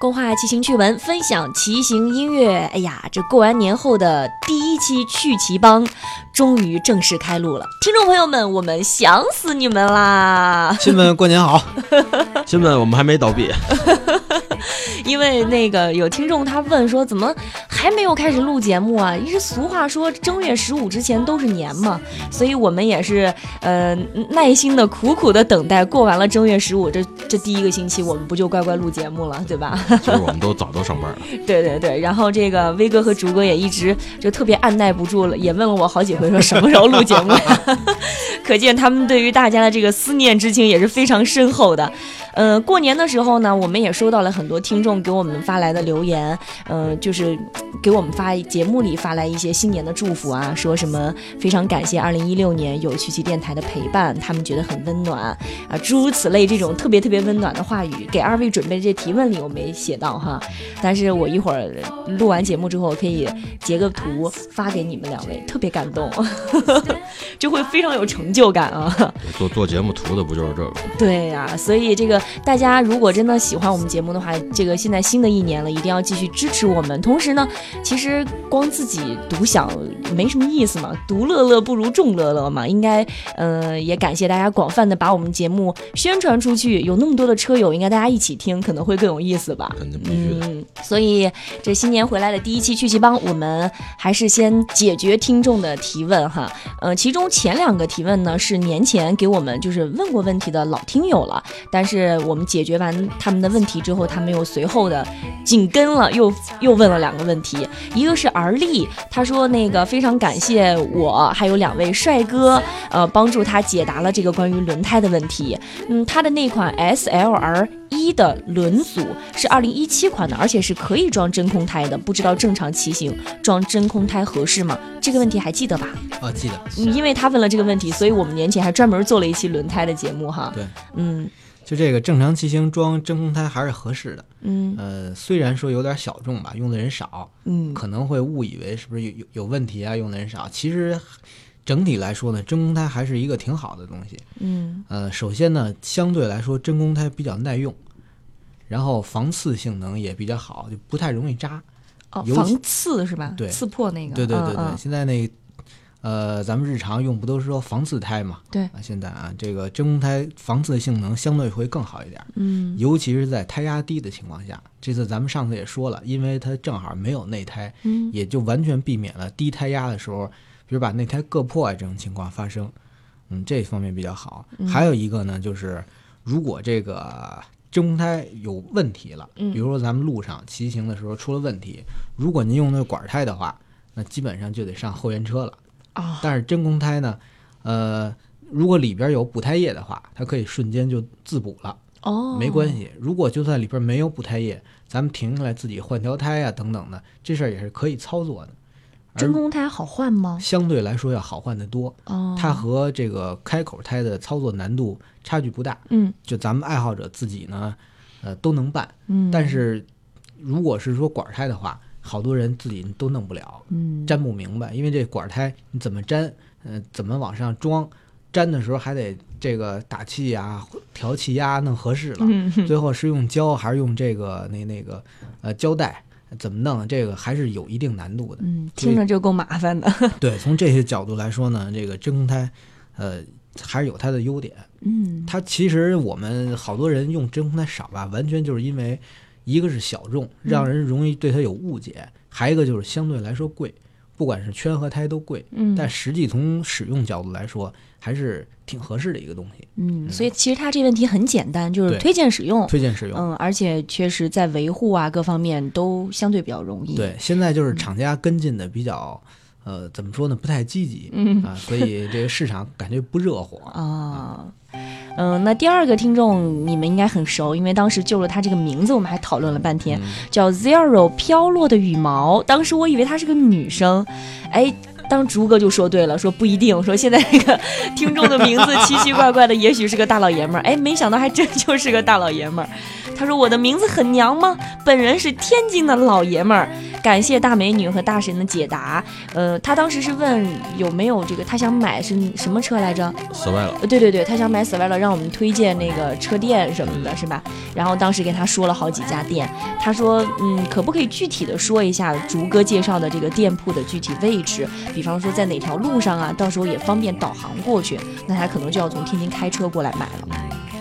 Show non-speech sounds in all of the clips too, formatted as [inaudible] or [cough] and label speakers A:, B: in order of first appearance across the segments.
A: 勾画骑行趣闻，分享骑行音乐。哎呀，这过完年后的第一期趣骑帮终于正式开录了，听众朋友们，我们想死你们啦！
B: 亲们，过年好！ [laughs]
C: 亲们，我们还没倒闭。
A: 因为那个有听众他问说，怎么还没有开始录节目啊？因为俗话说正月十五之前都是年嘛，所以我们也是呃耐心的、苦苦的等待，过完了正月十五这这第一个星期，我们不就乖乖录节目了，对吧？ [laughs]
C: 其实我们都早都上班了。
A: 对对对，然后这个威哥和竹哥也一直就特别按耐不住了，也问了我好几回，说什么时候录节目呀？ [laughs] 可见他们对于大家的这个思念之情也是非常深厚的。呃，过年的时候呢，我们也收到了很多听众给我们发来的留言，呃，就是给我们发节目里发来一些新年的祝福啊，说什么非常感谢二零一六年有曲奇电台的陪伴，他们觉得很温暖啊，诸如此类这种特别特别温暖的话语，给二位准备这提问里我没写到哈，但是我一会儿录完节目之后可以截个图发给你们两位，特别感动， [laughs] 就会非常有成就感啊。
C: 做做节目图的不就是这个？
A: [laughs] 对呀、所以这个大家如果真的喜欢我们节目的话，这个现在新的一年了，一定要继续支持我们。同时呢，其实光自己独享没什么意思嘛，独乐乐不如众乐乐嘛。应该，呃，也感谢大家广泛的把我们节目宣传出去，有那么多的车友，应该大家一起听，可能会更有意思吧。
C: 肯定必须的。
A: 嗯，所以这新年回来的第一期聚集帮，我们还是先解决听众的提问哈。呃，其中前两个提问呢是年前给我们就是问过问题的老听友了，但是我们解决完他们的问题之后，他们又随后的紧跟了，又又问了两个问题，一个是而立，他说那个非常感谢我还有两位帅哥，呃，帮助他解答了这个关于轮胎的问题。嗯，他的那款 SLR 一的轮组是二零一七款的，而且是可以装真空胎的。不知道正常骑行装真空胎合适吗？这个问题还记得吧？
B: 啊，记得，
A: 嗯因为他问了这个问题，所以我们年前还专门做了一期轮胎的节目哈。
B: 对，
A: 嗯
B: 就这个正常骑行装真空胎还是合适的。
A: 嗯
B: 呃，虽然说有点小众吧，用的人少，
A: 嗯，
B: 可能会误以为是不是有有有问题啊，用的人少。其实整体来说呢，真空胎还是一个挺好的东西。
A: 嗯
B: 呃，首先呢，相对来说真空胎比较耐用，然后防刺性能也比较好，就不太容易扎。
A: 哦，
B: 尤其
A: 防刺是吧？
B: 对
A: 刺破那个。
B: 对对对对，
A: 嗯
B: 现在那个呃，咱们日常用不都是说防刺胎嘛？
A: 对
B: 啊，现在啊，这个真空胎防刺性能相对会更好一点，
A: 嗯
B: 尤其是在胎压低的情况下。这次咱们上次也说了，因为它正好没有内胎，
A: 嗯
B: 也就完全避免了低胎压的时候，比如把内胎硌破啊这种情况发生。嗯，这方面比较好。
A: 嗯
B: 还有一个呢，就是如果这个真空胎有问题了，
A: 嗯
B: 比如说咱们路上骑行的时候出了问题，如果您用那管胎的话，那基本上就得上后援车了。
A: 啊
B: 但是真空胎呢，呃，如果里边有补胎液的话，它可以瞬间就自补了。
A: 哦，
B: 没关系。如果就算里边没有补胎液，咱们停下来自己换条胎啊等等的，这事儿也是可以操作的。而
A: 真空胎好换吗？
B: 相对来说要好换得多，
A: 哦，
B: 它和这个开口胎的操作难度差距不大，
A: 嗯
B: 就咱们爱好者自己呢，呃都能办。
A: 嗯，
B: 但是如果是说管儿胎的话，好多人自己都弄不了，
A: 嗯
B: 粘不明白，因为这管儿胎你怎么粘，呃，怎么往上装，粘的时候还得这个打气呀、调气压弄合适了。 [laughs]
A: 嗯
B: 最后是用胶还是用这个那那个呃胶带怎么弄？这个还是有一定难
A: [laughs]
B: 度的。
A: 嗯，听着就够麻烦的。
B: 对，从这些角度来说呢，这个真空胎，呃，还是有它的优点。
A: 嗯
B: 它其实我们好多人用真空胎少吧，完全就是因为一个是小众，让人容易对它有误解；还一个就是相对来说贵，不管是圈和胎都贵。
A: 嗯
B: 但实际从使用角度来说，还是挺合适的一个东西，
A: 嗯，所以其实它这问题很简单，就是
B: 对
A: 推荐使用。
B: 推荐使用。
A: 嗯，而且确实在维护啊各方面都相对比较容易。
B: 对，现在就是厂家跟进的比较，呃，怎么说呢，不太积极，
A: 嗯
B: 啊，所以这个市场感觉不热火。
A: 啊。嗯，那第二个听众你们应该很熟，因为当时就着他这个名字，我们还讨论了半天，叫 Zero 飘落的羽毛。当时我以为她是个女生，哎，当竹哥就说对了，说不一定，说现在那个 [laughs] 听众的名字奇奇怪怪的，也许是个大老爷们儿。哎，没想到还真就是个大老爷们儿。他说我的名字很娘吗？本人是天津的老爷们儿，感谢大美女和大神的解答。呃，他当时是问有没有这个，他想买是什么车来着？
C: 死外了，
A: 呃对对对，他想买 s v 了，让我们推荐那个车店什么的，是吧？然后当时给他说了好几家店，他说，嗯，可不可以具体的说一下竹哥介绍的这个店铺的具体位置？比方说在哪条路上啊？到时候也方便导航过去。那他可能就要从天津开车过来买了。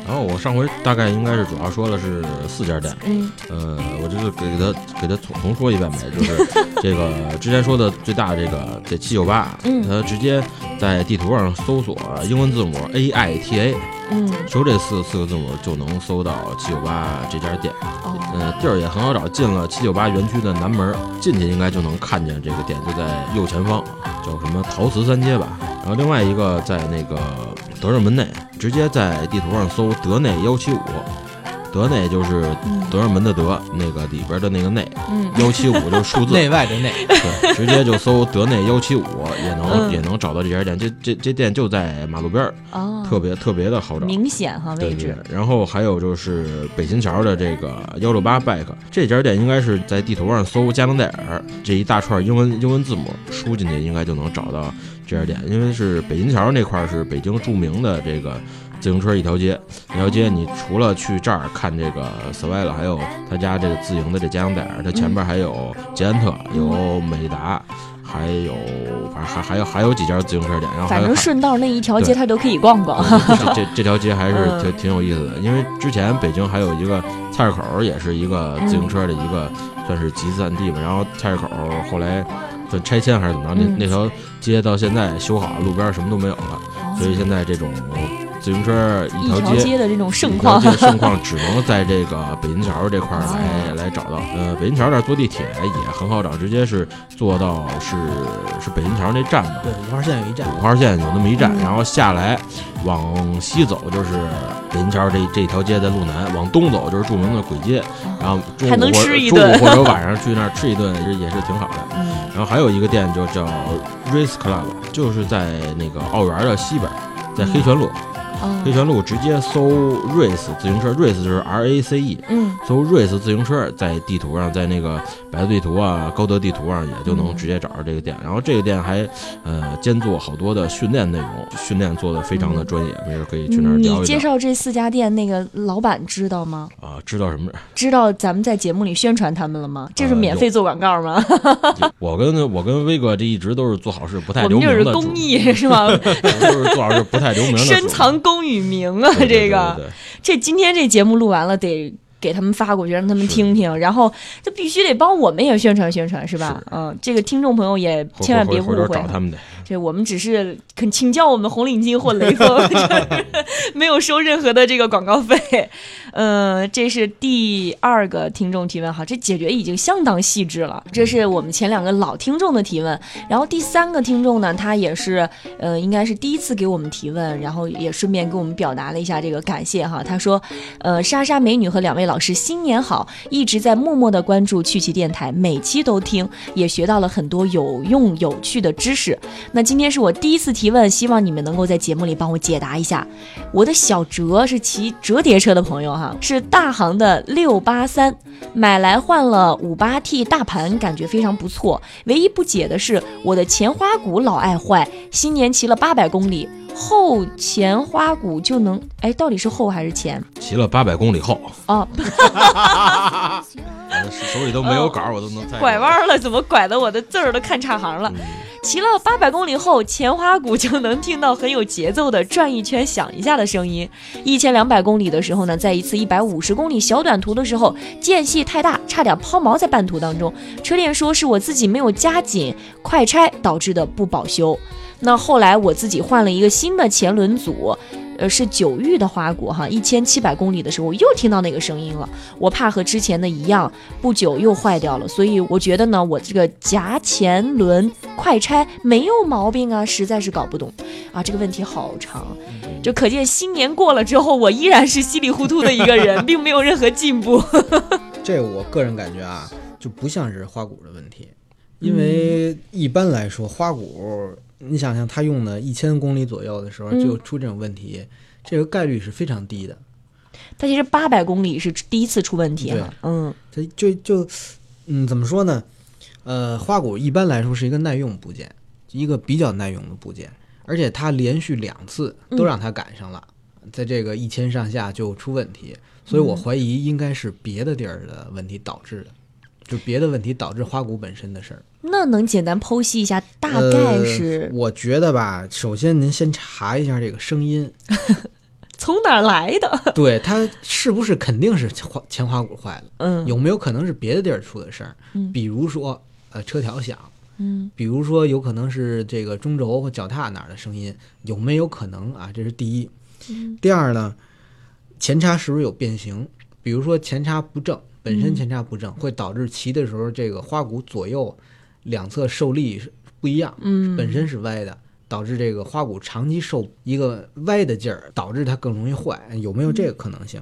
C: 然后我上回大概应该是主要说的是四家店，
A: 嗯
C: 呃，我就是给他给他重重说一遍呗，就是这个之前说的最大这个这七九八，
A: 嗯
C: 它直接在地图上搜索英文字母 A I T A，
A: 嗯，
C: 搜这四四个字母就能搜到七九八这家店，
A: 哦，
C: 呃，地儿也很好找，进了七九八园区的南门，进去应该就能看见这个店，就在右前方，叫什么陶瓷三街吧。然后另外一个在那个德胜门内，直接在地图上搜德内幺七五，德内就是
A: 嗯
C: 德胜门的德，那个里边的那个内，
A: 嗯
C: 幺七五就是数字，
B: 内外的内，
C: 对，直接就搜德内幺七五也能、
A: 嗯
C: 也能找到这家店。这这这店就在马路边儿，
A: 哦，
C: 特别特别的好找。
A: 明显哈
C: 对
A: 位
C: 对
A: 置。
C: 对，然后还有就是北新桥的这个幺六八 back 这家店，应该是在地图上搜加能戴尔这一大串英文英文字母输进去，应该就能找到这家店。因为是北新桥那块儿是北京著名的这个自行车一条街，一条街你除了去这儿看这个 s w i l 还有他家这个自营的这加能戴尔，它前边还有捷安特，
A: 嗯
C: 有美达。还有，反正还还有还有几家自行车店，然后还
A: 反
C: 有
A: 正
C: 海
A: 顺道那一条街
C: 对
A: 他都可以逛逛。
C: 嗯
A: [laughs]
C: 这这这条街还是
A: 啊嗯
C: 挺挺有意思的，因为之前北京还有一个菜市口儿，也是一个
A: 嗯
C: 自行车的一个算是集散地吧。然后菜市口儿后来算拆迁还是怎么着，
A: 嗯
C: 那那条街到现在修好，路边儿什么都没有了，所以现在这种自行车
A: [laughs]
C: 一
A: 一
C: 条
A: 条
C: 街。
A: 街的这种盛
C: 一条
A: 况
C: 街，的
A: [laughs]
C: 盛况只能在这个北新桥这块儿来
A: 哦
C: 来找到。呃，北新桥那儿坐地铁也很好找，直接是坐到是是北新桥那站吧，
B: 对，五号线有一站，
C: 五号线有那么一站，
A: 嗯
C: 然后下来往西走就是北新桥这这条街在路南，往东走就是著名的簋街，
A: [laughs]
C: 然后中午
A: 还能
C: 或
A: 吃一
C: 中
A: 顿
C: 午或者晚上去那儿吃一顿也是也是挺好的。
A: 嗯
C: 然后还有一个店就叫 Race Club，就是在那个奥园的西边，在
A: 嗯
C: 黑泉路，黑
A: 哦
C: 泉路直接搜 Race 自行车，Race 就是 R A C E，
A: 嗯
C: 搜 Race 自行车，在地图上，在那个百度地图啊、高德地图上也就
A: 嗯
C: 能直接找着这个店。然后这个店还呃兼做好多的训练内容，训练做的非常的专业，没事可以去那儿聊
A: 嗯你
C: 一
A: 介
C: 聊。
A: 绍这四家店，那个老板知道吗？
C: 啊，知道什么事儿？
A: 知道咱们在节目里宣传他们了吗？
C: 呃
A: 这是免费做广告
C: [laughs]
A: 吗？
C: 我跟我跟威哥这一直都是做好事不太
A: 我
C: 留
A: 们
C: 名
A: 这
C: 的
A: 是
C: 主，
A: 公益是
C: [laughs]
A: 吗？
C: 我们都是做好事不太留名的主。
A: 深藏功与名啊，
C: 对对
A: 这个
C: 对对对
A: 这今天这节目录完了得。给他们发过去，让他们
C: 是
A: 听听，然后这必须得帮我们也宣传宣传，是吧？嗯，这个听众朋友也
C: 回
A: 千万
C: 回
A: 别误
C: 回头
A: 会
C: 找
A: 啊，
C: 他们去。
A: 这我们只是肯请教我们红领巾或雷锋， [laughs] 就是没有收任何的这个广告费。 [laughs] 嗯，这是第二个听众提问，哈，这解决已经相当细致了。这是我们前两个老听众的提问，然后第三个听众呢，他也是呃，应该是第一次给我们提问，然后也顺便给我们表达了一下这个感谢哈。他说，呃，莎莎美女和两位老师新年好，一直在默默的关注趣奇电台，每期都听，也学到了很多有用有趣的知识。那今天是我第一次提问，希望你们能够在节目里帮我解答一下。我的小哲是骑折叠车的朋友哈，是大行的六八三，买来换了五八 T 大盘，感觉非常不错。唯一不解的是，我的前花鼓老爱坏，新年骑了八百公里，后前花鼓就能，哎，到底是后还是前？
C: 骑了八百公里后，
A: 哦，
C: 我的手里都没有稿儿，我都能
A: [laughs]
C: 猜
A: 拐弯了，怎么拐的？我的字儿都看岔行了。
C: 嗯
A: 骑了八百公里后，前花鼓就能听到很有节奏的转一圈、响一下的声音。一千两百公里的时候呢，在一次一百五十公里小短途的时候，间隙太大，差点抛锚在半途当中。车链说是我自己没有加紧快拆导致的不保修。那后来我自己换了一个新的前轮组，呃，是九域的花鼓哈，一千七百公里的时候我又听到那个声音了。我怕和之前的一样，不久又坏掉了，所以我觉得呢，我这个夹前轮快拆没有毛病啊，实在是搞不懂啊，这个问题好长，
B: 嗯
A: 就可见新年过了之后，我依然是稀里糊涂的一个
B: [laughs]
A: 人，并没有任何进步。
B: 这我个人感觉啊，就不像是花鼓的问题，因
A: 嗯
B: 为一般来说花鼓，你想想它用的一千公里左右的时候
A: 嗯
B: 就出这种问题，这个概率是非常低的。
A: 他其实八百公里是第一次出问题
B: 对
A: 哈，嗯
B: 它就就嗯，怎么说呢？呃，花鼓一般来说是一个耐用部件，一个比较耐用的部件，而且它连续两次
A: 嗯
B: 都让它赶上了，在这个一千上下就出问题，
A: 嗯
B: 所以我怀疑应该是别的地儿的问题导致的，就别的问题导致花鼓本身的事儿。
A: 那能简单剖析一下，大概
B: 呃
A: 是
B: 我觉得吧，首先您先查一下这个
A: [laughs]
B: 声音，
A: 从哪儿来的？
B: 对它是不是肯定是前花前花鼓坏了。
A: 嗯，
B: 有没有可能是别的地儿出的事儿？
A: 嗯
B: 比如说呃车条响，
A: 嗯，
B: 比如说有可能是这个中轴或脚踏哪儿的声音，有没有可能啊？这是第一。
A: 嗯
B: 第二呢，前叉是不是有变形？比如说前叉不正，本
A: 嗯
B: 身前叉不正、会导致骑的时候这个花鼓左右两侧受力是不一样，
A: 嗯，
B: 本身是歪的。导致这个花鼓长期受一个歪的劲儿，导致它更容易坏，有没有这个可能性？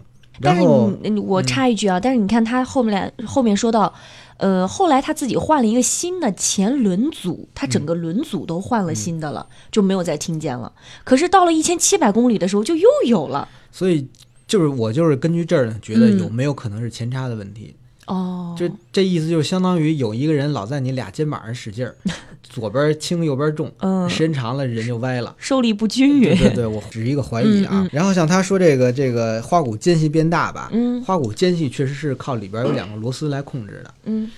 A: 嗯
B: 然
A: 但是
B: 后嗯
A: 你你我插一句啊，但是你看他后面俩后面说到，呃，后来他自己换了一个新的前轮组，他
B: 嗯
A: 整个轮组都换了新的了，就没有再听见了。可是到了一千七百公里的时候，就又有了
B: 所以就是我就是根据这儿呢，觉得
A: 嗯
B: 有没有可能是前叉的问题？
A: 哦，
B: 就这意思就是相当于有一个人老在你俩肩膀上使
A: [laughs]
B: 劲儿，左边轻右边重，
A: 嗯，
B: 时间长了人就歪了。
A: 受力不均
B: 对
A: 匀，
B: 对对，我只是一个怀疑啊。
A: 嗯嗯
B: 然后像他说这个这个花鼓间隙变大吧，
A: 嗯
B: 花鼓间隙确实是靠里边有两个螺丝来控制的，
A: 嗯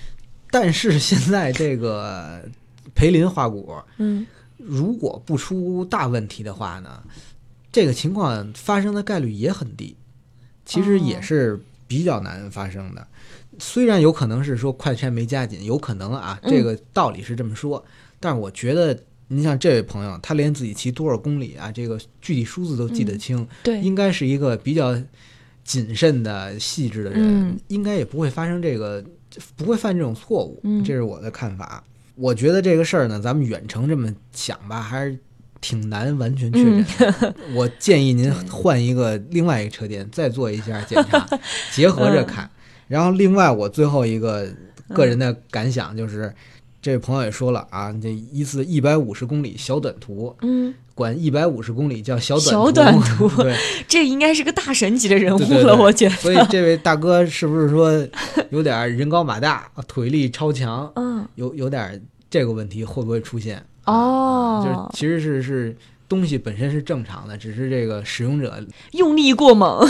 B: 但是现在这个培林花鼓
A: 嗯，
B: 如果不出大问题的话呢，这个情况发生的概率也很低，其实也是比较难发生的。虽然有可能是说快拆没加紧，有可能啊，
A: 嗯
B: 这个道理是这么说，但是我觉得。您像这位朋友，他连自己骑多少公里啊，这个具体数字都记得清，
A: 对，
B: 应该是一个比较谨慎的、细致的人，
A: 嗯
B: 应该也不会发生这个，不会犯这种错误。
A: 嗯
B: 这是我的看法。我觉得这个事儿呢，咱们远程这么想吧，还是挺难完全
A: 嗯
B: 确诊
A: [laughs]
B: 的。我建议您换一个另外一个车店，再做一下检查，结合着
A: 嗯
B: 看。然后，另外我最后一个个人的感想就是，这位朋友也说了啊，这一次一百五十公里小短途，
A: 嗯，
B: 管一百五十公里叫小短
A: 小短途
B: [laughs] 对，
A: 这应该是个大神级的人物了，
B: 对对对
A: 我觉 [laughs] 得，
B: 所以这位大哥是不是说有点儿人高马大，腿力超强，
A: 嗯
B: 有有点儿这个问题会不会出现？
A: 哦，
B: 啊就是其实是是东西本身是正常的，只是这个使用者
A: 用力过猛，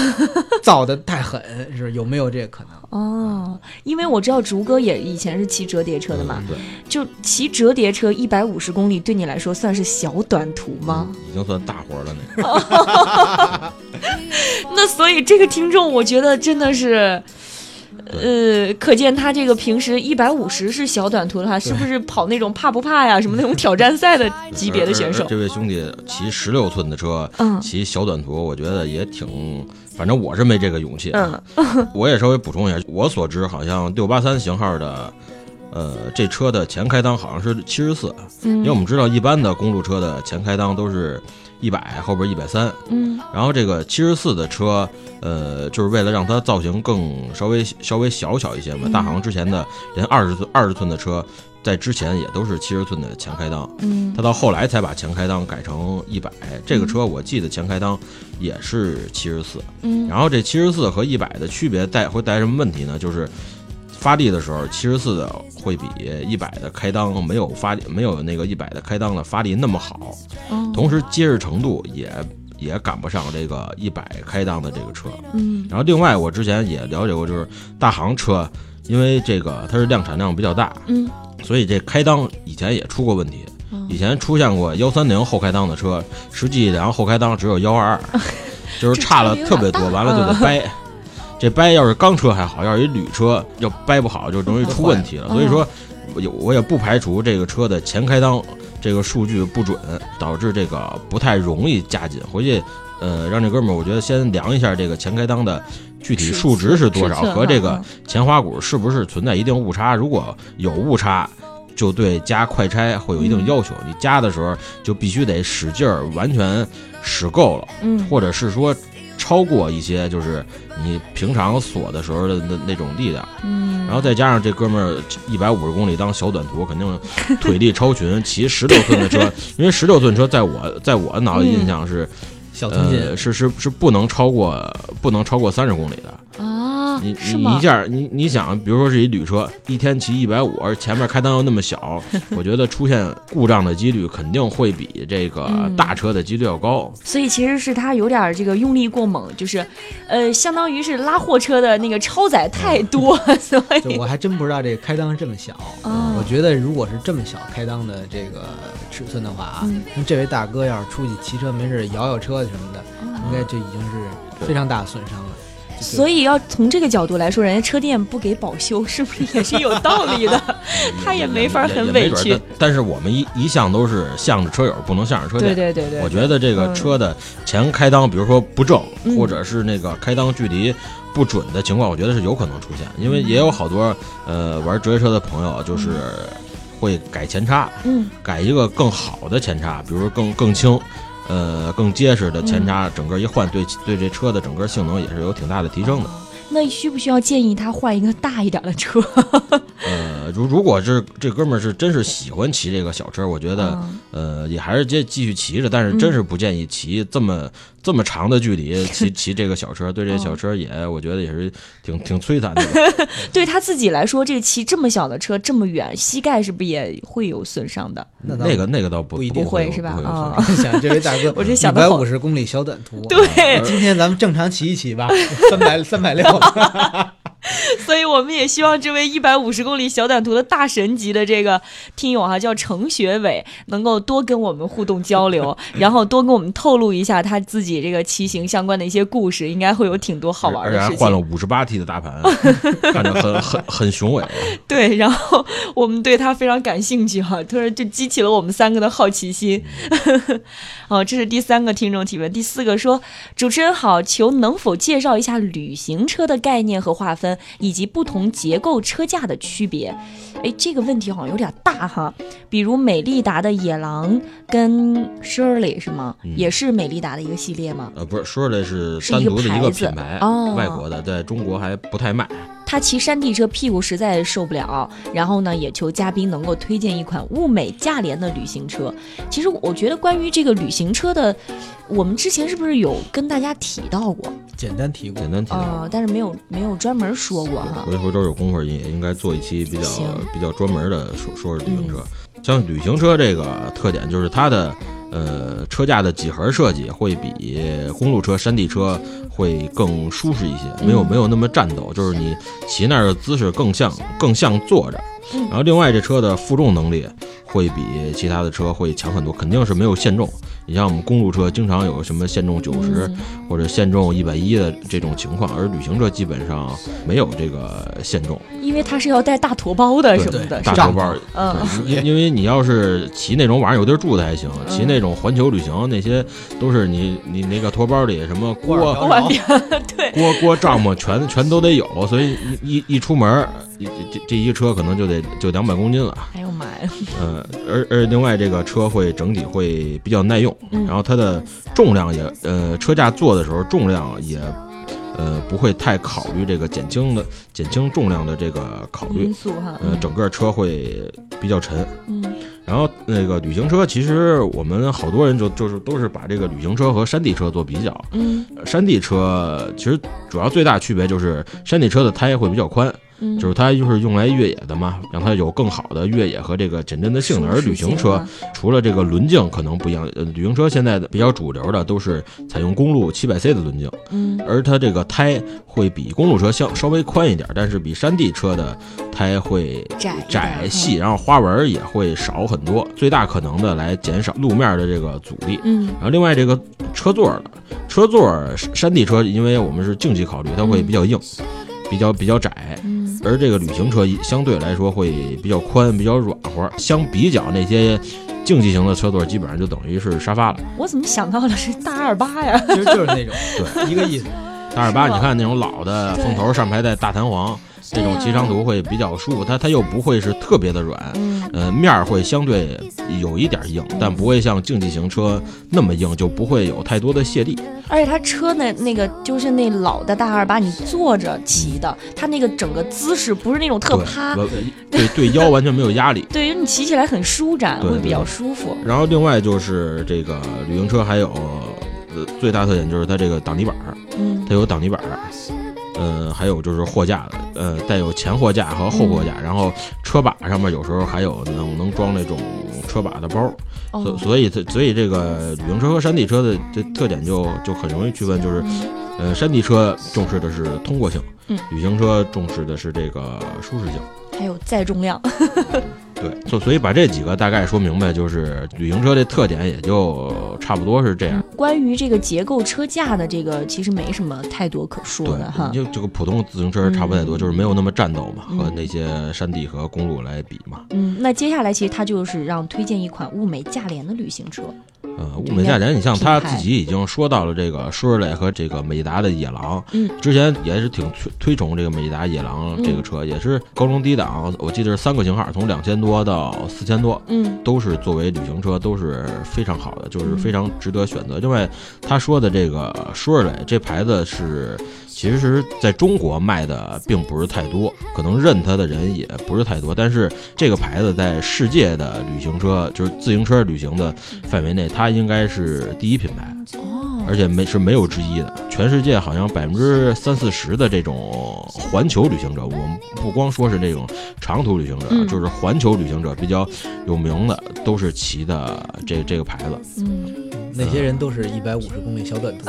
B: 造的太狠，是吧有没有这个可能？
A: 哦，因为我知道竹哥也以前是骑折叠车的嘛，
C: 嗯对，
A: 就骑折叠车一百五十公里，对你来说算是小短途吗？
C: 嗯已经算大活了那个。
A: 那所以这个听众，我觉得真的是。呃，可见他这个平时一百五十是小短途的话，是不是跑那种怕不怕呀，什么那种挑战赛的级别的选
C: 而
A: 手
C: 而？这位兄弟骑十六寸的车，
A: 嗯
C: 骑小短途，我觉得也挺，反正我是没这个勇气。
A: 嗯，
C: [laughs] 我也稍微补充一下，我所知好像六八三型号的，呃，这车的前开裆好像是七十四，
A: 嗯
C: 因为我们知道一般的公路车的前开裆都是一百，后边一百三，
A: 嗯，
C: 然后这个七十四的车，呃，就是为了让它造型更稍微稍微小巧一些嘛。
A: 嗯
C: 大行之前的连二十寸二十寸的车，在之前也都是七十寸的前开裆，
A: 嗯，
C: 它到后来才把前开裆改成一百。这个车我记得前开裆也是七十四，
A: 嗯
C: 然后这七十四和一百的区别带会带来什么问题呢？就是发力的时候，七十四的会比一百的开裆没有发力没有那个一百的开裆的发力那么好，
A: 哦
C: 同时结实程度也也赶不上这个一百开裆的这个车。
A: 嗯
C: 然后另外我之前也了解过，就是大行车，因为这个它是量产量比较大，
A: 嗯，
C: 所以这开裆以前也出过问题
A: 嗯。
C: 以前出现过幺三零后开裆的车，实际量后开裆只有幺二二，就是差了特别多，完了就得掰。这掰要是钢车还好，要是一铝车，要掰不好就容易出问题了。
A: 嗯
C: 所以说，我也我也不排除这个车的前开裆这个数据不准，导致这个不太容易加紧。回去，呃，让这哥们儿，我觉得先量一下这个前开裆的具体数值是多少
A: 尺寸
C: 和这个
A: 嗯
C: 前花鼓是不是存在一定误差？如果有误差，就对加快拆会有一定要求。你加的时候就必须得使劲儿，完全使够了，
A: 嗯
C: 或者是说超过一些就是你平常锁的时候的那那种力量。
A: 嗯，
C: 然后再加上这哥们儿一百五十公里当小短途，肯定腿力超群，骑十六寸的车，
A: [laughs]
C: 因为十六寸车在我在我脑里印象是、
A: 嗯
B: 小通信、
C: 呃是是是不能超过不能超过三十公里的。
A: 啊，
C: 你
A: 是
C: 你
A: 吗
C: 一？下，你你想，比如说是一旅车，一天骑一百五，而前面开单又那
A: [laughs]
C: 么小，我觉得出现故障的几率肯定会比这个
A: 嗯
C: 大车的几率要高。
A: 所以其实是他有点儿这个用力过猛，就是，呃，相当于是拉货车的那个超载太
C: [laughs]
A: 多，所
B: 就
A: 以
B: 我还真不知道这个开裆这么小。
A: 哦
B: 我觉得如果是这么小开裆的这个尺寸的话啊，
A: 嗯
B: 那这位大哥要是出去骑车没事摇摇车什么的，应该这已经是非常大的损伤了。
A: 哦所以要从这个角度来说，人家车店不给保修，是不是也是有道理
C: [laughs]
A: 的？他也没法很委屈
C: 也没准儿但但是我们一一向都是向着车友，不能向着车
A: 对
C: 店。
A: 对对对，
C: 我觉得这个
A: 嗯
C: 车的前开裆，比如说不正，
A: 嗯
C: 或者是那个开裆距离不准的情况，我觉得是有可能出现，因为也有好多呃玩折叠车的朋友啊就是会改前叉，
A: 嗯
C: 改一个更好的前叉，比如说更更轻，呃更结实的
A: 嗯
C: 前叉，整个一换，对对这车的整个性能也是有挺大的提升的。
A: 嗯那需不需要建议他换一个大一点的车？
C: 呃，如如果是这哥们儿是真是喜欢骑这个小车，我觉得
A: [laughs] 嗯
C: 呃也还是继继续骑着，但是真是不建议骑这么这么长的
A: [laughs]
C: 距离骑骑这个小车，对这
A: 嗯
C: 小车也我觉得也是挺挺摧残的吧。
A: 对他自己来说，这骑这么小的车这么远，膝盖是不是也会有损伤的？
B: 那倒
C: 那个那个倒不
B: 不一定
C: 不会
A: 会是吧
C: 不会有损
A: 啊
C: 伤
B: [laughs] 想这位大哥，
A: 我这
B: 一
A: 想
B: 百
A: 得好
B: 五十公里小短途，啊
A: 对，
B: 今天咱们正常骑一
A: [laughs]
B: 骑吧，三百三百六，
A: 所以我们也希望这位一百五十公里小短途的大神级的这个听友哈、叫程学伟，能够多跟我们互动交
C: [laughs]
A: 流，然后多跟我们透露一下他自己这个骑行相关的一些故事，应该会有挺多好玩
C: 而且
A: 的
C: 还
A: 事
C: 换了
A: 情。
C: 五十八 T 的
A: [laughs]
C: 大盘，看着很很很雄伟。
A: 对，然后我们对他非常感兴趣哈、突然就激起了我们三个的好奇心。 [laughs] 哦，这是第三个听众提问，第四个说主持人好，求能否介绍一下旅行车的概念和划分，以及不同结构车架的区别？哎，这个问题好像有点大哈。比如美利达的野狼跟 Shirley 是吗？
C: 嗯
A: 也是美利达的一个系列吗？
C: 呃，不是，说的是
A: 是
C: 单
A: 一个
C: 独的一
A: 牌
C: 个
A: 子
C: 品牌，
A: 哦
C: 外国的，在中国还不太卖。
A: 他骑山地车屁股实在受不了，然后呢，也求嘉宾能够推荐一款物美价廉的旅行车。其实我觉得关于这个旅行车的，我们之前是不是有跟大家提到过？
B: 简单提过
C: 简。单提到，
A: 呃，但是没有没有专门说过哈。
C: 回回头有功夫也应该做一期比较
A: 行
C: 比较专门
A: 嗯
C: 的说说是旅行车。像旅行车这个特点就是它的呃车架的几何设计会比公路车、山地车会更舒适一些，没有
A: 嗯
C: 没有那么战斗，就是你骑那儿的姿势更像更像坐着。
A: 嗯
C: 然后另外这车的负重能力会比其他的车会强很多，肯定是没有限重。你像我们公路车经常有什么限重九十、
A: 嗯
C: 或者限重一百一的这种情况，而旅行车基本上没有这个限重，
A: 因为它是要带大驮包的
C: 对
A: 什么的，是吧？
C: 大头包。
A: 嗯，
C: 对因因为你要是骑那种晚上有地儿住的还行，
A: 嗯
C: 骑那种环球旅行那些都是你你那个驮包里什么
B: 锅
C: 锅
B: 碗瓢
A: 万变，对，
C: 锅锅帐篷全全都得有，所以一一一出门儿，一这这这一车可能就得就两百公斤了。
A: 哎呦妈呀，
C: 呃，而而另外这个车会整体会比较耐用，
A: 嗯
C: 然后它的重量也呃车架坐的时候重量也呃不会太考虑这个减轻的减轻重量的这个考虑
A: 因，素哈，
C: 呃整个车会比较沉。
A: 嗯
C: 然后那个旅行车，其实我们好多人就就是都是把这个旅行车和山地车做比较，
A: 嗯
C: 呃山地车其实主要最大区别就是山地车的胎会比较宽，
A: 嗯，
C: 就是它就是用来越野的嘛，让它有更好的越野和这个减震的性能。而旅
A: 啊
C: 行车除了这个轮径可能不一样，呃，旅行车现在的比较主流的都是采用公路 700C 的轮径，
A: 嗯，
C: 而它这个胎会比公路车相稍微宽一点，但是比山地车的胎会
A: 窄一
C: 窄
A: 点
C: 细，，然后花纹也会少很多，最大可能的来减少路面的这个阻力。
A: 嗯
C: 然后另外这个车座的车座儿山地车，因为我们是竞技考虑，它会比较硬，比较比较窄，
A: 嗯
C: 而这个旅行车相对来说会比较宽、比较软和。相比较那些竞技型的车座，基本上就等于是沙发了。
A: 嗯，我怎么想到的是大二八呀？
B: 其实就是那种，对，一个意思。
C: 大二八，
A: 是吗啊
C: 你看那种老的
A: 对
C: 风头上面还带大弹簧，这种骑长途会比较舒服，它它又不会是特别的软。
A: 嗯，
C: 呃，面儿会相对有一点硬，但不会像竞技型车那么硬，就不会有太多的卸力。
A: 而且它车呢，那个就是那老的大二八，你坐着骑的，它那个整个姿势不是那种特
C: 对
A: 趴，
C: 完对对腰完全没有压
A: [laughs]
C: 力。
A: 对于你骑起来很舒展，
C: 对
A: 会比较
C: 对
A: 舒服。
C: 然后另外就是这个旅行车还有呃最大特点就是它这个挡泥板儿，
A: 嗯
C: 它有挡泥板儿，呃，还有就是货架，呃，带有前货架和后货架，
A: 嗯
C: 然后车把上面有时候还有能能装那种车把的包，所
A: 哦，
C: 所以它所以这个旅行车和山地车的这特点就就很容易去问，就是，呃，山地车重视的是通过性，
A: 嗯
C: 旅行车重视的是这个舒适性。
A: 还有载重量，
C: 对，所所以把这几个大概说明白，就是旅行车的特点也就差不多是这样。
A: [laughs] 关于这个结构车架的这个，其实没什么太多可说
C: 对
A: 的，哈
C: 你。就这个普通的自行车差不太多，
A: 嗯
C: 就是没有那么战斗嘛，
A: 嗯
C: 和那些山地和公路来比嘛。
A: 嗯，那接下来其实它就是让推荐一款物美价廉的旅行车。
C: 呃，物
A: 对
C: 美价廉，你像
A: 品
C: 他
A: 牌
C: 自己已经说到了这个舒适类和这个美达的野狼，
A: 嗯，
C: 之前也是挺推推崇这个美达野狼这个
A: 嗯
C: 车，也是高中低档，我记得是三个型号，从两千多到四千多，
A: 嗯
C: 都是作为旅行车都是非常好的，就是非常值得选择。另外，他说的这个舒适磊这牌子是，其实在中国卖的并不是太多，可能认它的人也不是太多。但是这个牌子在世界的旅行车，就是自行车旅行的范围内，它应该是第一品牌，
A: 哦，
C: 而且没是没有之一的。全世界好像百分之三四十的这种环球旅行者，我们不光说是这种长途旅行者，啊
A: 嗯
C: 就是环球旅行者比较有名的，都是骑的这这个牌
A: [laughs]
C: 子。
A: 嗯，
B: [laughs] 那些人都是一百五十公里
A: [laughs]
B: 小短途，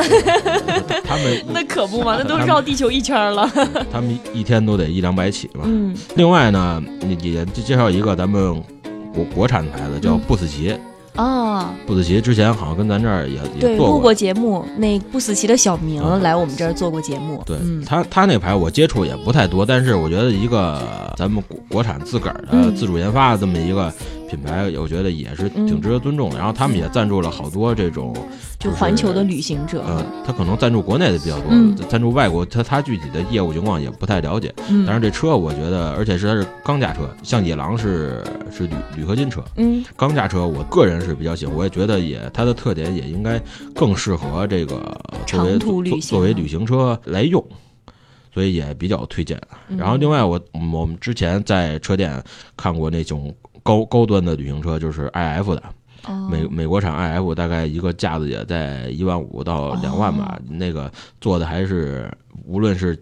C: 他们
A: 那可不嘛，那都绕地球一圈了。
C: 他们一一天都得一两百起嘛。
A: 嗯，
C: 另外呢，也也介绍一个咱们国国产的牌子叫
A: 嗯
C: 不死骑。
A: 啊，
C: 不死骑之前好像跟咱这儿也也
A: 对，
C: 做
A: 录
C: 过
A: 过。节目，那不死骑的小明
C: 嗯
A: 来我们这儿做过节目。
C: 对
A: 嗯
C: 他，他那牌我接触也不太多，但是我觉得一个咱们国国产自个儿的
A: 嗯
C: 自主研发的这么一个品牌，我觉得也是挺
A: 嗯
C: 值得尊重的。然后他们也赞助了好多这种，
A: 就是环球的旅行者，
C: 呃，他可能赞助国内的比较多，
A: 嗯
C: 赞助外国他他具体的业务情况也不太了解。
A: 嗯，
C: 但是这车我觉得，而且是它是钢架车，像野狼是是铝铝合金车，
A: 嗯
C: 钢架车我个人是比较喜欢，我也觉得也它的特点也应该更适合这个作为
A: 长途旅
C: 作
A: 行啊
C: 作为旅行车来用，所以也比较推荐。
A: 嗯
C: 然后另外我嗯我们之前在车店看过那种高高端的旅行车，就是 IF 的
A: 哦
C: 美美国产 IF，大概一个架子也在一万五到两万吧，那个做的还是无论是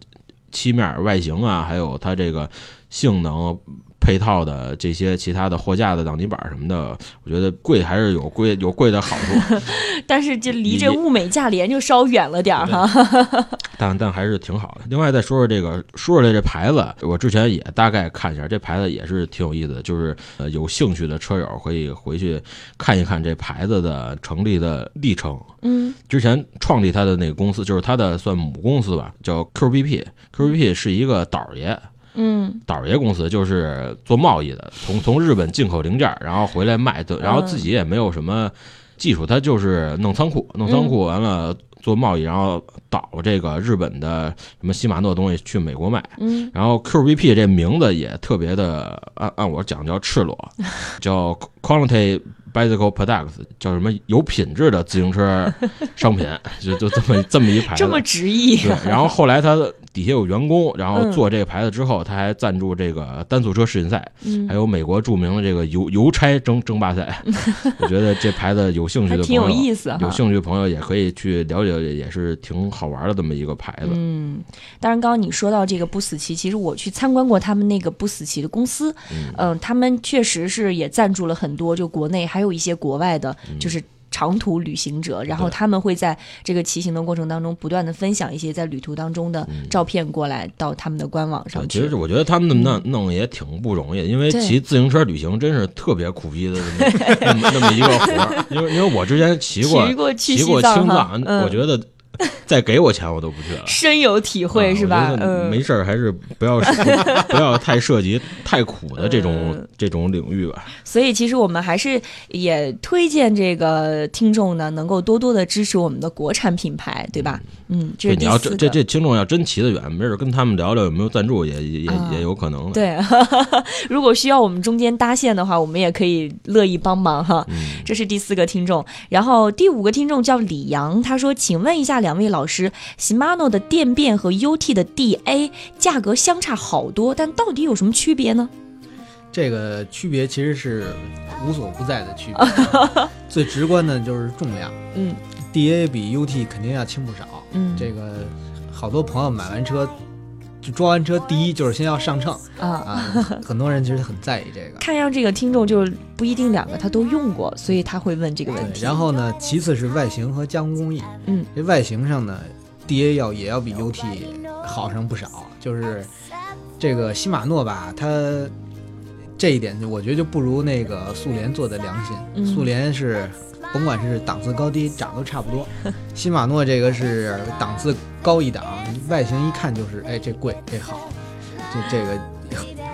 C: 漆面外形啊，还有它这个性能。配套的这些其他的货架的挡泥板什么的，我觉得贵还是有贵有贵的好处，
A: [laughs] 但是这离这
C: 也
A: 物美价廉就稍远了点儿哈。
C: 但但还是挺好的。另外再说说这个说说这这牌子，我之前也大概看一下，这牌子也是挺有意思的，就是呃有兴趣的车友可以回去看一看这牌子的成立的历程。
A: 嗯
C: 之前创立他的那个公司，就是他的算母公司吧，叫 QBP。QBP 是一个倒爷，
A: 嗯，
C: 倒爷公司就是做贸易的，从从日本进口零件儿，然后回来卖，对
A: 嗯
C: 然后自己也没有什么技术，他就是弄仓库，弄仓
A: 嗯
C: 库完了做贸易，然后倒这个日本的什么西马诺东西去美国卖。
A: 嗯
C: 然后 QVP 这名字也特别的，按按我讲叫赤裸，
A: [laughs]
C: 叫 Quality Bicycle Products，叫什么有品质的自行车商品，就就这么这么一牌子
A: 这。么执意，
C: 对，
A: [laughs]
C: 然后后来他底下有员工，然后
A: 嗯
C: 做这个牌子之后，他还赞助这个单速车世锦赛，
A: 嗯
C: 还有美国著名的这个邮邮差争争霸
A: [laughs]
C: 赛。我觉得这牌子有兴趣
A: 还
C: 的朋
A: 挺有
C: 友，
A: 意思哈
C: 有。兴趣的朋友也可以去了解了解，也是挺好玩的这么一个牌子。
A: 嗯，当然，刚刚你说到这个不死棋，其实我去参观过他们那个不死棋的公司，
C: 嗯
A: 嗯、他们确实是也赞助了很多，就国内还有一些国外的，
C: 嗯
A: 就是。长途旅行者，然后他们会在这个骑行的过程当中，不断的分享一些在旅途当中的照片过来到他们的官网上
C: 对
A: 去。
C: 其实嗯我觉得他们弄弄也挺不容易，因为
A: 嗯对
C: 骑自行车旅行真是特别苦逼的
A: [laughs]
C: 那么那么那么一个活儿。因为因为我之前骑过
A: 骑过去
C: 骑过
A: 西藏
C: 青
A: 哈
C: 藏，
A: 嗯
C: 我觉得再给我钱我都不去了。
A: 深有体会、
C: 啊
A: 是
C: 我
A: 吧
C: 觉？得
A: 嗯，
C: 没事儿，还是不要
A: [laughs]
C: 不要太涉及太苦的这种
A: 嗯
C: 这种领域吧。
A: 所以其实我们还是也推荐这个听众呢，能够多多的支持我们的国产品牌，对吧？嗯，这
C: 对，
A: 是
C: 你
A: 第
C: 要
A: 四
C: 这
A: 个。
C: 这这听众要真骑得远，没准跟他们聊聊有没有赞助，也也也
A: 啊
C: 也有可能的。
A: 对， [laughs] 如果需要我们中间搭线的话，我们也可以乐意帮忙哈。
C: 嗯，
A: 这是第四个听众，然后第五个听众叫李阳，他说：“请问一下两位老师，Shimano 的电变和 UT 的 DA 价格相差好多，但到底有什么区别呢
B: 这个区别其实是无所不在的区
A: [laughs]
B: 别。最直观的就是重量？”
A: 嗯
B: ，DA 比 UT 肯定要轻不少。
A: 嗯，
B: 这个好多朋友买完车就装完车第一就是先要上秤
A: 啊。 [laughs]
B: 啊，很多人其实很在意这个。
A: 看样这个听众就不一定两个他都用过，所以他会问这个问
B: 对，
A: 题。
B: 然后呢，其次是外形和加工工艺。
A: 嗯，
B: 这外形上呢，DA 要也要比 UT 好上不少。就是这个禧玛诺吧，它这一点我觉得就不如那个苏联做的良心。
A: 嗯
B: 苏联是甭管是档次高低，长都差不
A: [laughs]
B: 多。禧玛诺这个是档次高一档，外形一看就是，哎，这贵，这好，这这个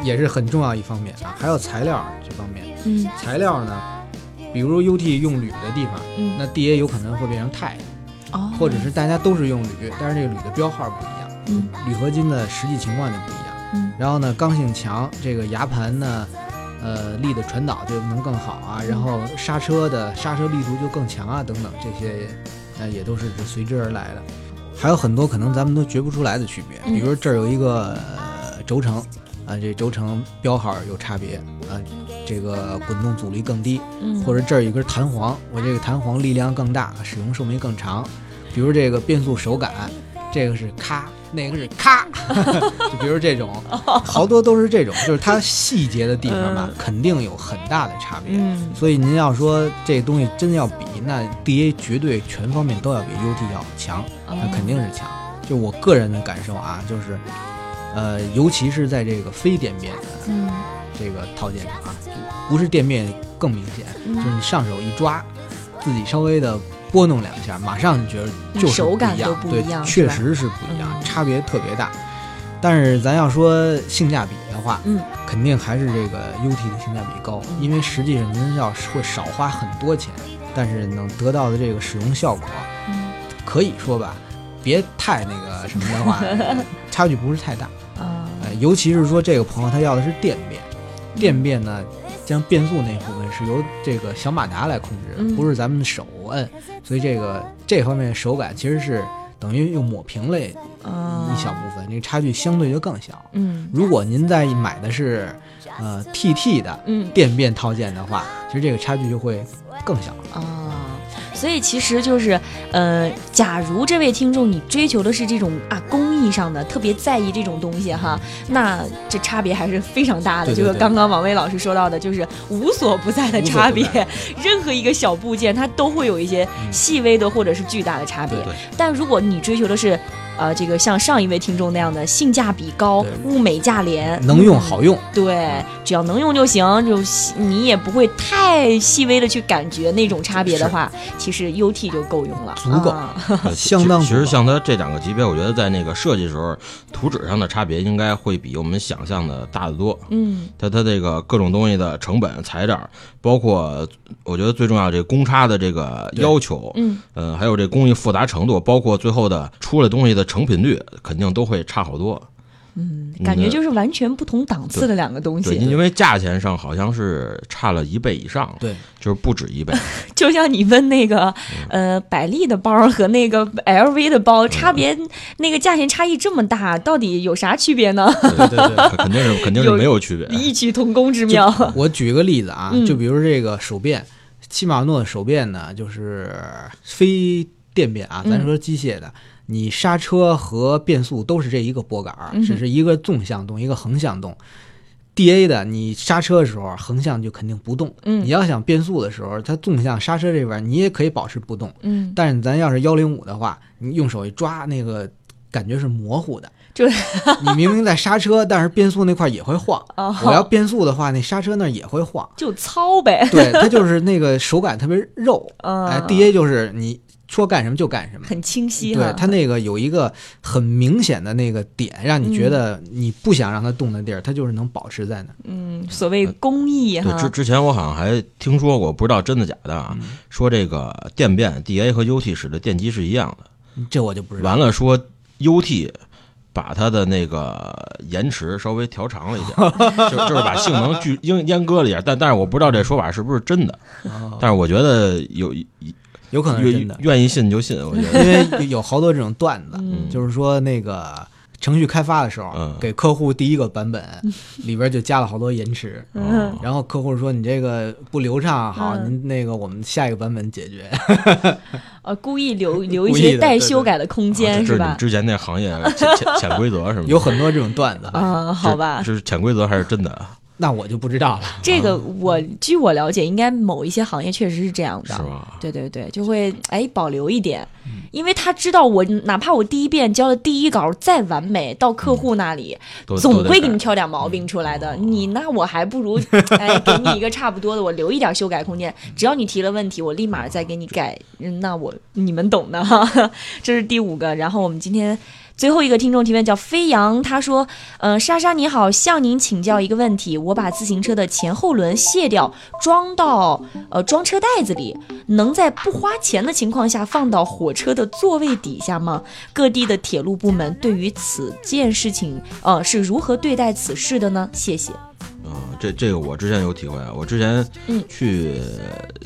B: 也是很重要一方面啊。还有材料这方面，
A: 嗯
B: 材料呢，比如 UT 用铝的地方，
A: 嗯，
B: 那 DA 有可能会变成钛，
A: 哦，
B: 或者是大家都是用铝，但是这个铝的标号不一样，
A: 嗯
B: 铝合金的实际情况就不一样。
A: 嗯
B: 然后呢，刚性强，这个牙盘呢，呃，力的传导就能更好啊，
A: 嗯
B: 然后刹车的刹车力度就更强啊，等等这些，呃，也都是随之而来的。还有很多可能咱们都觉不出来的区别，
A: 嗯
B: 比如这儿有一个、呃轴承，啊、这轴承标号有差别，啊、这个滚动阻力更低，
A: 嗯，
B: 或者这儿有一根弹簧，我这个弹簧力量更大，使用寿命更长。比如这个变速手感，这个是咔，那个是咔， [laughs] 就比如这种， [laughs] 好多都是这种，就是它细节的地方吧，肯定有很大的差别。
A: 嗯
B: 所以您要说这东西真要比，那 DA 绝对全方面都要比 UT 要强，那肯定是强。就我个人的感受啊，就是，呃，尤其是在这个非电变的
A: 嗯
B: 这个套件上啊，不是电变更明显，
A: 哦嗯
B: 就是你上手一抓，自己稍微的拨弄两下，马上你觉得就是
A: 手感
B: 不一样
A: 都不一样
B: 对，
A: 是
B: 确
A: 吧
B: 实是不一样，
A: 嗯
B: 差别特别大。但是咱要说性价比的话，
A: 嗯，
B: 肯定还是这个 UT 的性价比高，
A: 嗯
B: 因为实际上您要是会少花很多钱，但是能得到的这个使用效果，
A: 嗯
B: 可以说吧，别太那个什么的
A: [laughs]
B: 话，差距不是太大。
A: 啊
B: 呃，尤其是说这个朋友他要的是电变，电变呢，将变速那部分是由这个小马达来控制，
A: 嗯
B: 不是咱们手摁，所以这个这方面手感其实是等于又抹平了嗯一
A: 啊，
B: 小部分，这个差距相对就更小。
A: 嗯
B: 如果您再买的是呃 TT 的
A: 嗯
B: 电变套件的话，其实这个差距就会更小了。
A: 啊。所以其实就是，呃，假如这位听众你追求的是这种啊工艺上的，特别在意这种东西哈，那这差别还是非常大的。
B: 对对
A: 就是
B: 对
A: 刚刚王威老师说到的，就是无所不在的
B: 无所
A: 差
B: 不
A: 别
B: 在，嗯
A: 任何一个小部件它都会有一些细微的或者是巨大的差别。
B: 对
C: 对
A: 但如果你追求的是，呃，这个像上一位听众那样的性价比高
B: 对、
A: 物美价廉、嗯
B: 能用好用，
A: 对，只要能用就行，就细你也不会太细微的去感觉那种差别的话，其实 UT 就够用了，
B: 足够
A: 啊 [laughs]
C: 对
B: 相当
C: 呃其
B: 不
C: 实
B: 错
C: 像它这两个级别，我觉得在那个设计时候，图纸上的差别应该会比我们想象的大得多。
A: 嗯
C: 它它这个各种东西的成本、材料，包括我觉得最重要这个公差的这个要求，
A: 嗯
C: 呃，还有这工艺复杂程度，包括最后的出来东西的成品率，肯定都会差好多。
A: 嗯，感觉就是完全不同档次的两个东
C: 对，
A: 西。
C: 因为价钱上好像是差了一倍以上，
B: 对，
C: 就是不止
B: [laughs]
C: 一倍。
A: 就像你问那个
B: 嗯
A: 呃百丽的包和那个 LV 的包差别，那个价钱差异这么大，到底有啥区别
B: [laughs]
A: 呢？
B: 对对对。
C: 肯定是肯定是没有区别。
A: 异曲同工之妙。
B: 我举个例子啊
A: 嗯，
B: 就比如这个手变，禧玛诺的手变呢，就是非电变啊，
A: 嗯
B: 咱说机械的，你刹车和变速都是这一个拨杆儿，
A: 嗯哼
B: 只是一个纵向动，一个横向动。D A 的，你刹车的时候横向就肯定不动，你
A: 嗯
B: 要想变速的时候，它纵向刹车这边你也可以保持不动，
A: 嗯，
B: 但是咱要是幺零五的话，你用手一抓那个。感觉是模糊的，
A: 就是
B: 你明明在刹车，但是变速那块儿也会晃。
A: 哦，
B: 我要变速的话，那刹车那儿也
A: [laughs]
B: 会晃。
A: 就糙呗。
B: 对，它就是那个手感特别肉。
A: 嗯，
B: 哎，D A 就是你说干什么就干什么。
A: 很清晰哈。
B: 对它那个有一个很明显的那个点，让你觉得你不想让它动的地儿，它就是能保持在那儿。
A: 嗯，所
B: 呃
A: 谓工艺
C: 对，之
A: 哈，
C: 之前我好像还听说过，不知道真的假的啊，
B: 嗯
C: 说这个电变 DA 和 UT 使的电机是一样的。
B: 这我就不知道。
C: 完了说 UT 把它的那个延迟稍微调长了一
B: [laughs]
C: 点，就就是把性能巨阉阉割了一点，但但是我不知道这说法是不是真的，
B: 哦
C: 但是我觉得有
B: 有 [laughs] 可能是真
C: 愿
B: 的，
C: 愿意信就信，我觉得
B: 因为有好多这种段子，
A: 嗯
B: 就是说那个。程序开发的时候，
C: 嗯
B: 给客户第一个版本里边就加了好多延迟，
A: 嗯
C: 哦
B: 然后客户说你这个不流畅，好，
A: 嗯
B: 您那个我们下一个版本解决。
A: 呃，故意
B: [laughs]
A: 留留一
B: 故意
A: 些
B: 的
A: 待
B: 对
A: 修
B: 对
A: 改的空
C: 啊
A: 间
C: 这
A: 是
C: 是你
A: 吧
C: 们？之前那行业潜潜潜规则是吗？
B: 有很多这种段子，
A: 啊，好吧，
C: 这是潜规则还是真的啊？
B: 那我就不知道了。
A: 这个我据我了解，应该某一些行业确实是这啊样
C: 是
A: 的。
C: 吧？
A: 对对对，就会哎保留一点，
B: 嗯
A: 因为他知道我哪怕我第一遍交的第一稿再完美，到客户那里、
C: 都
A: 总会给
C: 你
A: 你挑点毛病出来的。你那我还不如哎给你一个差不多的，我留一点修改空间。只要你提了问题，我立马再给你改。嗯那我你们懂的哈。 [laughs] 这是第五个，然后我们今天。最后一个听众提问叫飞扬，他说：“嗯、莎莎你好，向您请教一个问题，我把自行车的前后轮卸掉，装到呃装车袋子里，能在不花钱的情况下放到火车的座位底下吗？各地的铁路部门对于此件事情，呃，是如何对待此事的呢？谢谢。
C: 啊！这这个我之前有体会，啊我之前
A: 嗯
C: 去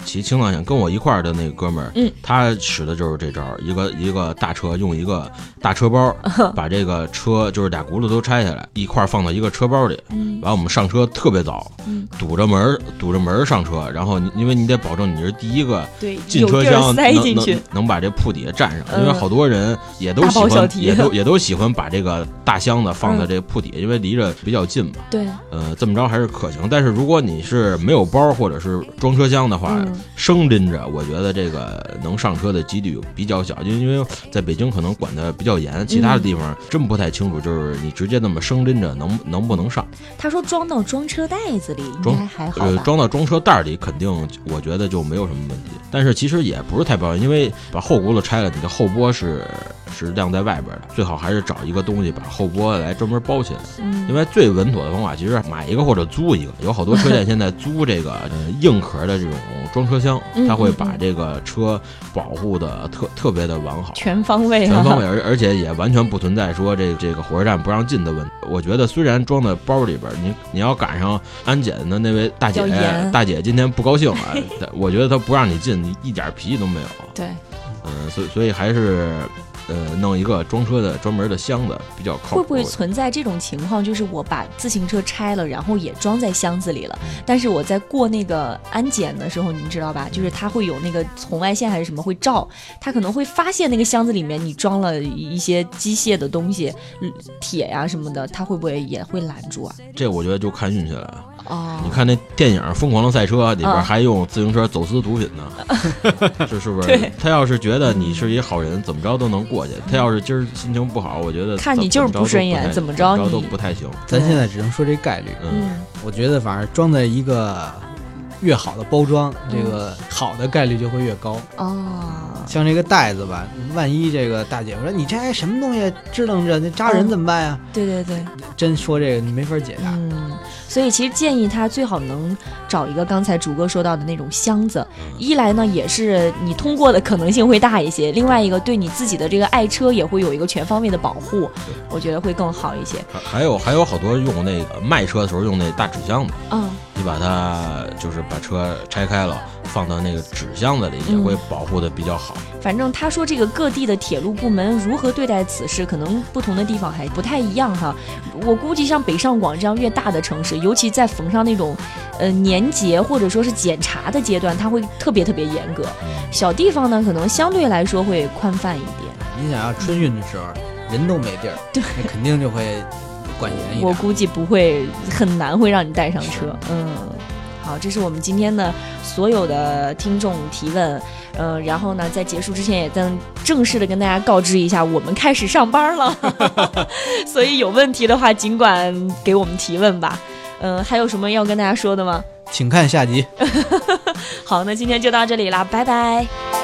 C: 骑青藏线，跟我一块儿的那个哥们儿，
A: 嗯，
C: 他使的就是这招儿，一个一个大车用一个大车包
A: 嗯
C: 把这个车就是俩轱辘都拆下来，一块儿放到一个车包里。
A: 嗯
C: 完，我们上车特别早
A: 嗯，
C: 堵着门儿堵着门儿上车，然后你因为你得保证你是第一个
A: 对，
C: 进车
A: 有
C: 厢
A: 地儿塞
C: 能
A: 进去
C: 能，能把这铺底下占上，
A: 嗯
C: 因为好多人也都喜
A: 大包小
C: 欢，
A: 提嗯
C: 也都也都喜欢把这个大箱子放在这铺底下，因为离着比较近嘛。
A: 对，
C: 呃，这么着还是可行。但是如果你是没有包或者是装车厢的话，
A: 嗯
C: 生拎着，我觉得这个能上车的几率比较小，因为在北京可能管的比较严，其
A: 嗯
C: 他的地方真不太清楚。就是你直接那么生拎着能能不能上？
A: 他说装到装车袋子里应
C: 装
A: 该还好
C: 呃，
A: 吧？
C: 装到装车袋儿里，肯定我觉得就没有什么问题。但是其实也不是太保险，因为把后轱辘拆了，你的后拨是是晾在外边的，最好还是找一个东西把后拨来专门包起来。因
A: 嗯
C: 为最稳妥的方法其实是买一个或者租一个，有好多车店现在租这个呃硬壳的这种装车厢
A: 嗯，
C: 它会
A: 嗯
C: 把
A: 嗯
C: 这个车保护的特特别的完好。
A: 全方位、啊，
C: 全方位，而而且也完全不存在说这这个火车站不让进的问题。我觉得虽然装在包里边儿，你你要赶上安检的那位大姐
A: 比较严，
C: 大姐今天不高兴了，但我觉得她不让你进，你一点脾气都没有。
A: 对，
C: 嗯、所以所以还是呃弄一个装车的专门的箱子比较靠谱。
A: 会不会存在这种情况？就是我把自行车拆了，然后也装在箱子里了，但是我在过那个安检的时候，你知道吧？就是它会有那个红外线还是什么会照，它可能会发现那个箱子里面你装了一些机械的东西，嗯铁呀、什么的，它会不会也会拦住啊？
C: 这我觉得就看运气了。
A: 哦
C: 你，看那电影《疯狂的赛车》里边
A: 嗯
C: 还用自行车走私毒品
A: [laughs]
C: 呢，这是不是
A: 对？
C: 他要是觉得你是一好人，怎么着都能过去；他要是今儿心情不好，我觉得
A: 看你就是不顺眼
C: 怎
A: 怎么着
C: 着
A: 你
C: 都不太行。
B: 咱现在只能说这概率。
C: 嗯，
A: 嗯，
B: 我觉得反而装在一个越好的包装，这个
A: 嗯
B: 好的概率就会越高。
A: 哦，
B: 像这个袋子吧，万一这个大姐夫说你这还什么东西支棱着，那扎人怎么办呀？
A: 对对对。
B: 真说这个你没法解答。
A: 嗯，所以其实建议他最好能找一个刚才竹哥说到的那种箱子，一来呢也是你通过的可能性会大一些，另外一个对你自己的这个爱车也会有一个全方位的保护，我觉得会更好一些。
C: 还还有还有好多用那个卖车的时候用那大纸箱子，
A: 嗯，
C: 你把它就是把车拆开了放到那个纸箱子里，也
A: 嗯
C: 会保护的比较好。
A: 反正他说这个各地的铁路部门如何对待此事，可能不同的地方还不太一样哈。我估计像北上广这样越大的城市，尤其在逢上那种，呃年节或者说是检查的阶段，他会特别特别严格。小地方呢，可能相对来说会宽泛一点。
B: 你想要春运的时候，人都没地儿，
A: 对
B: 那肯定就会管严一
A: 我
B: 点。
A: 估计不会很难会让你带上车。嗯，好，这是我们今天的所有的听众提问。呃，然后呢，在结束之前也正正式的跟大家告知一下，我们开始上班了，所以有问题的话尽管给我们提问吧。嗯、还有什么要跟大家说的吗？
B: 请看下集。
A: 好，那今天就到这里啦，拜拜。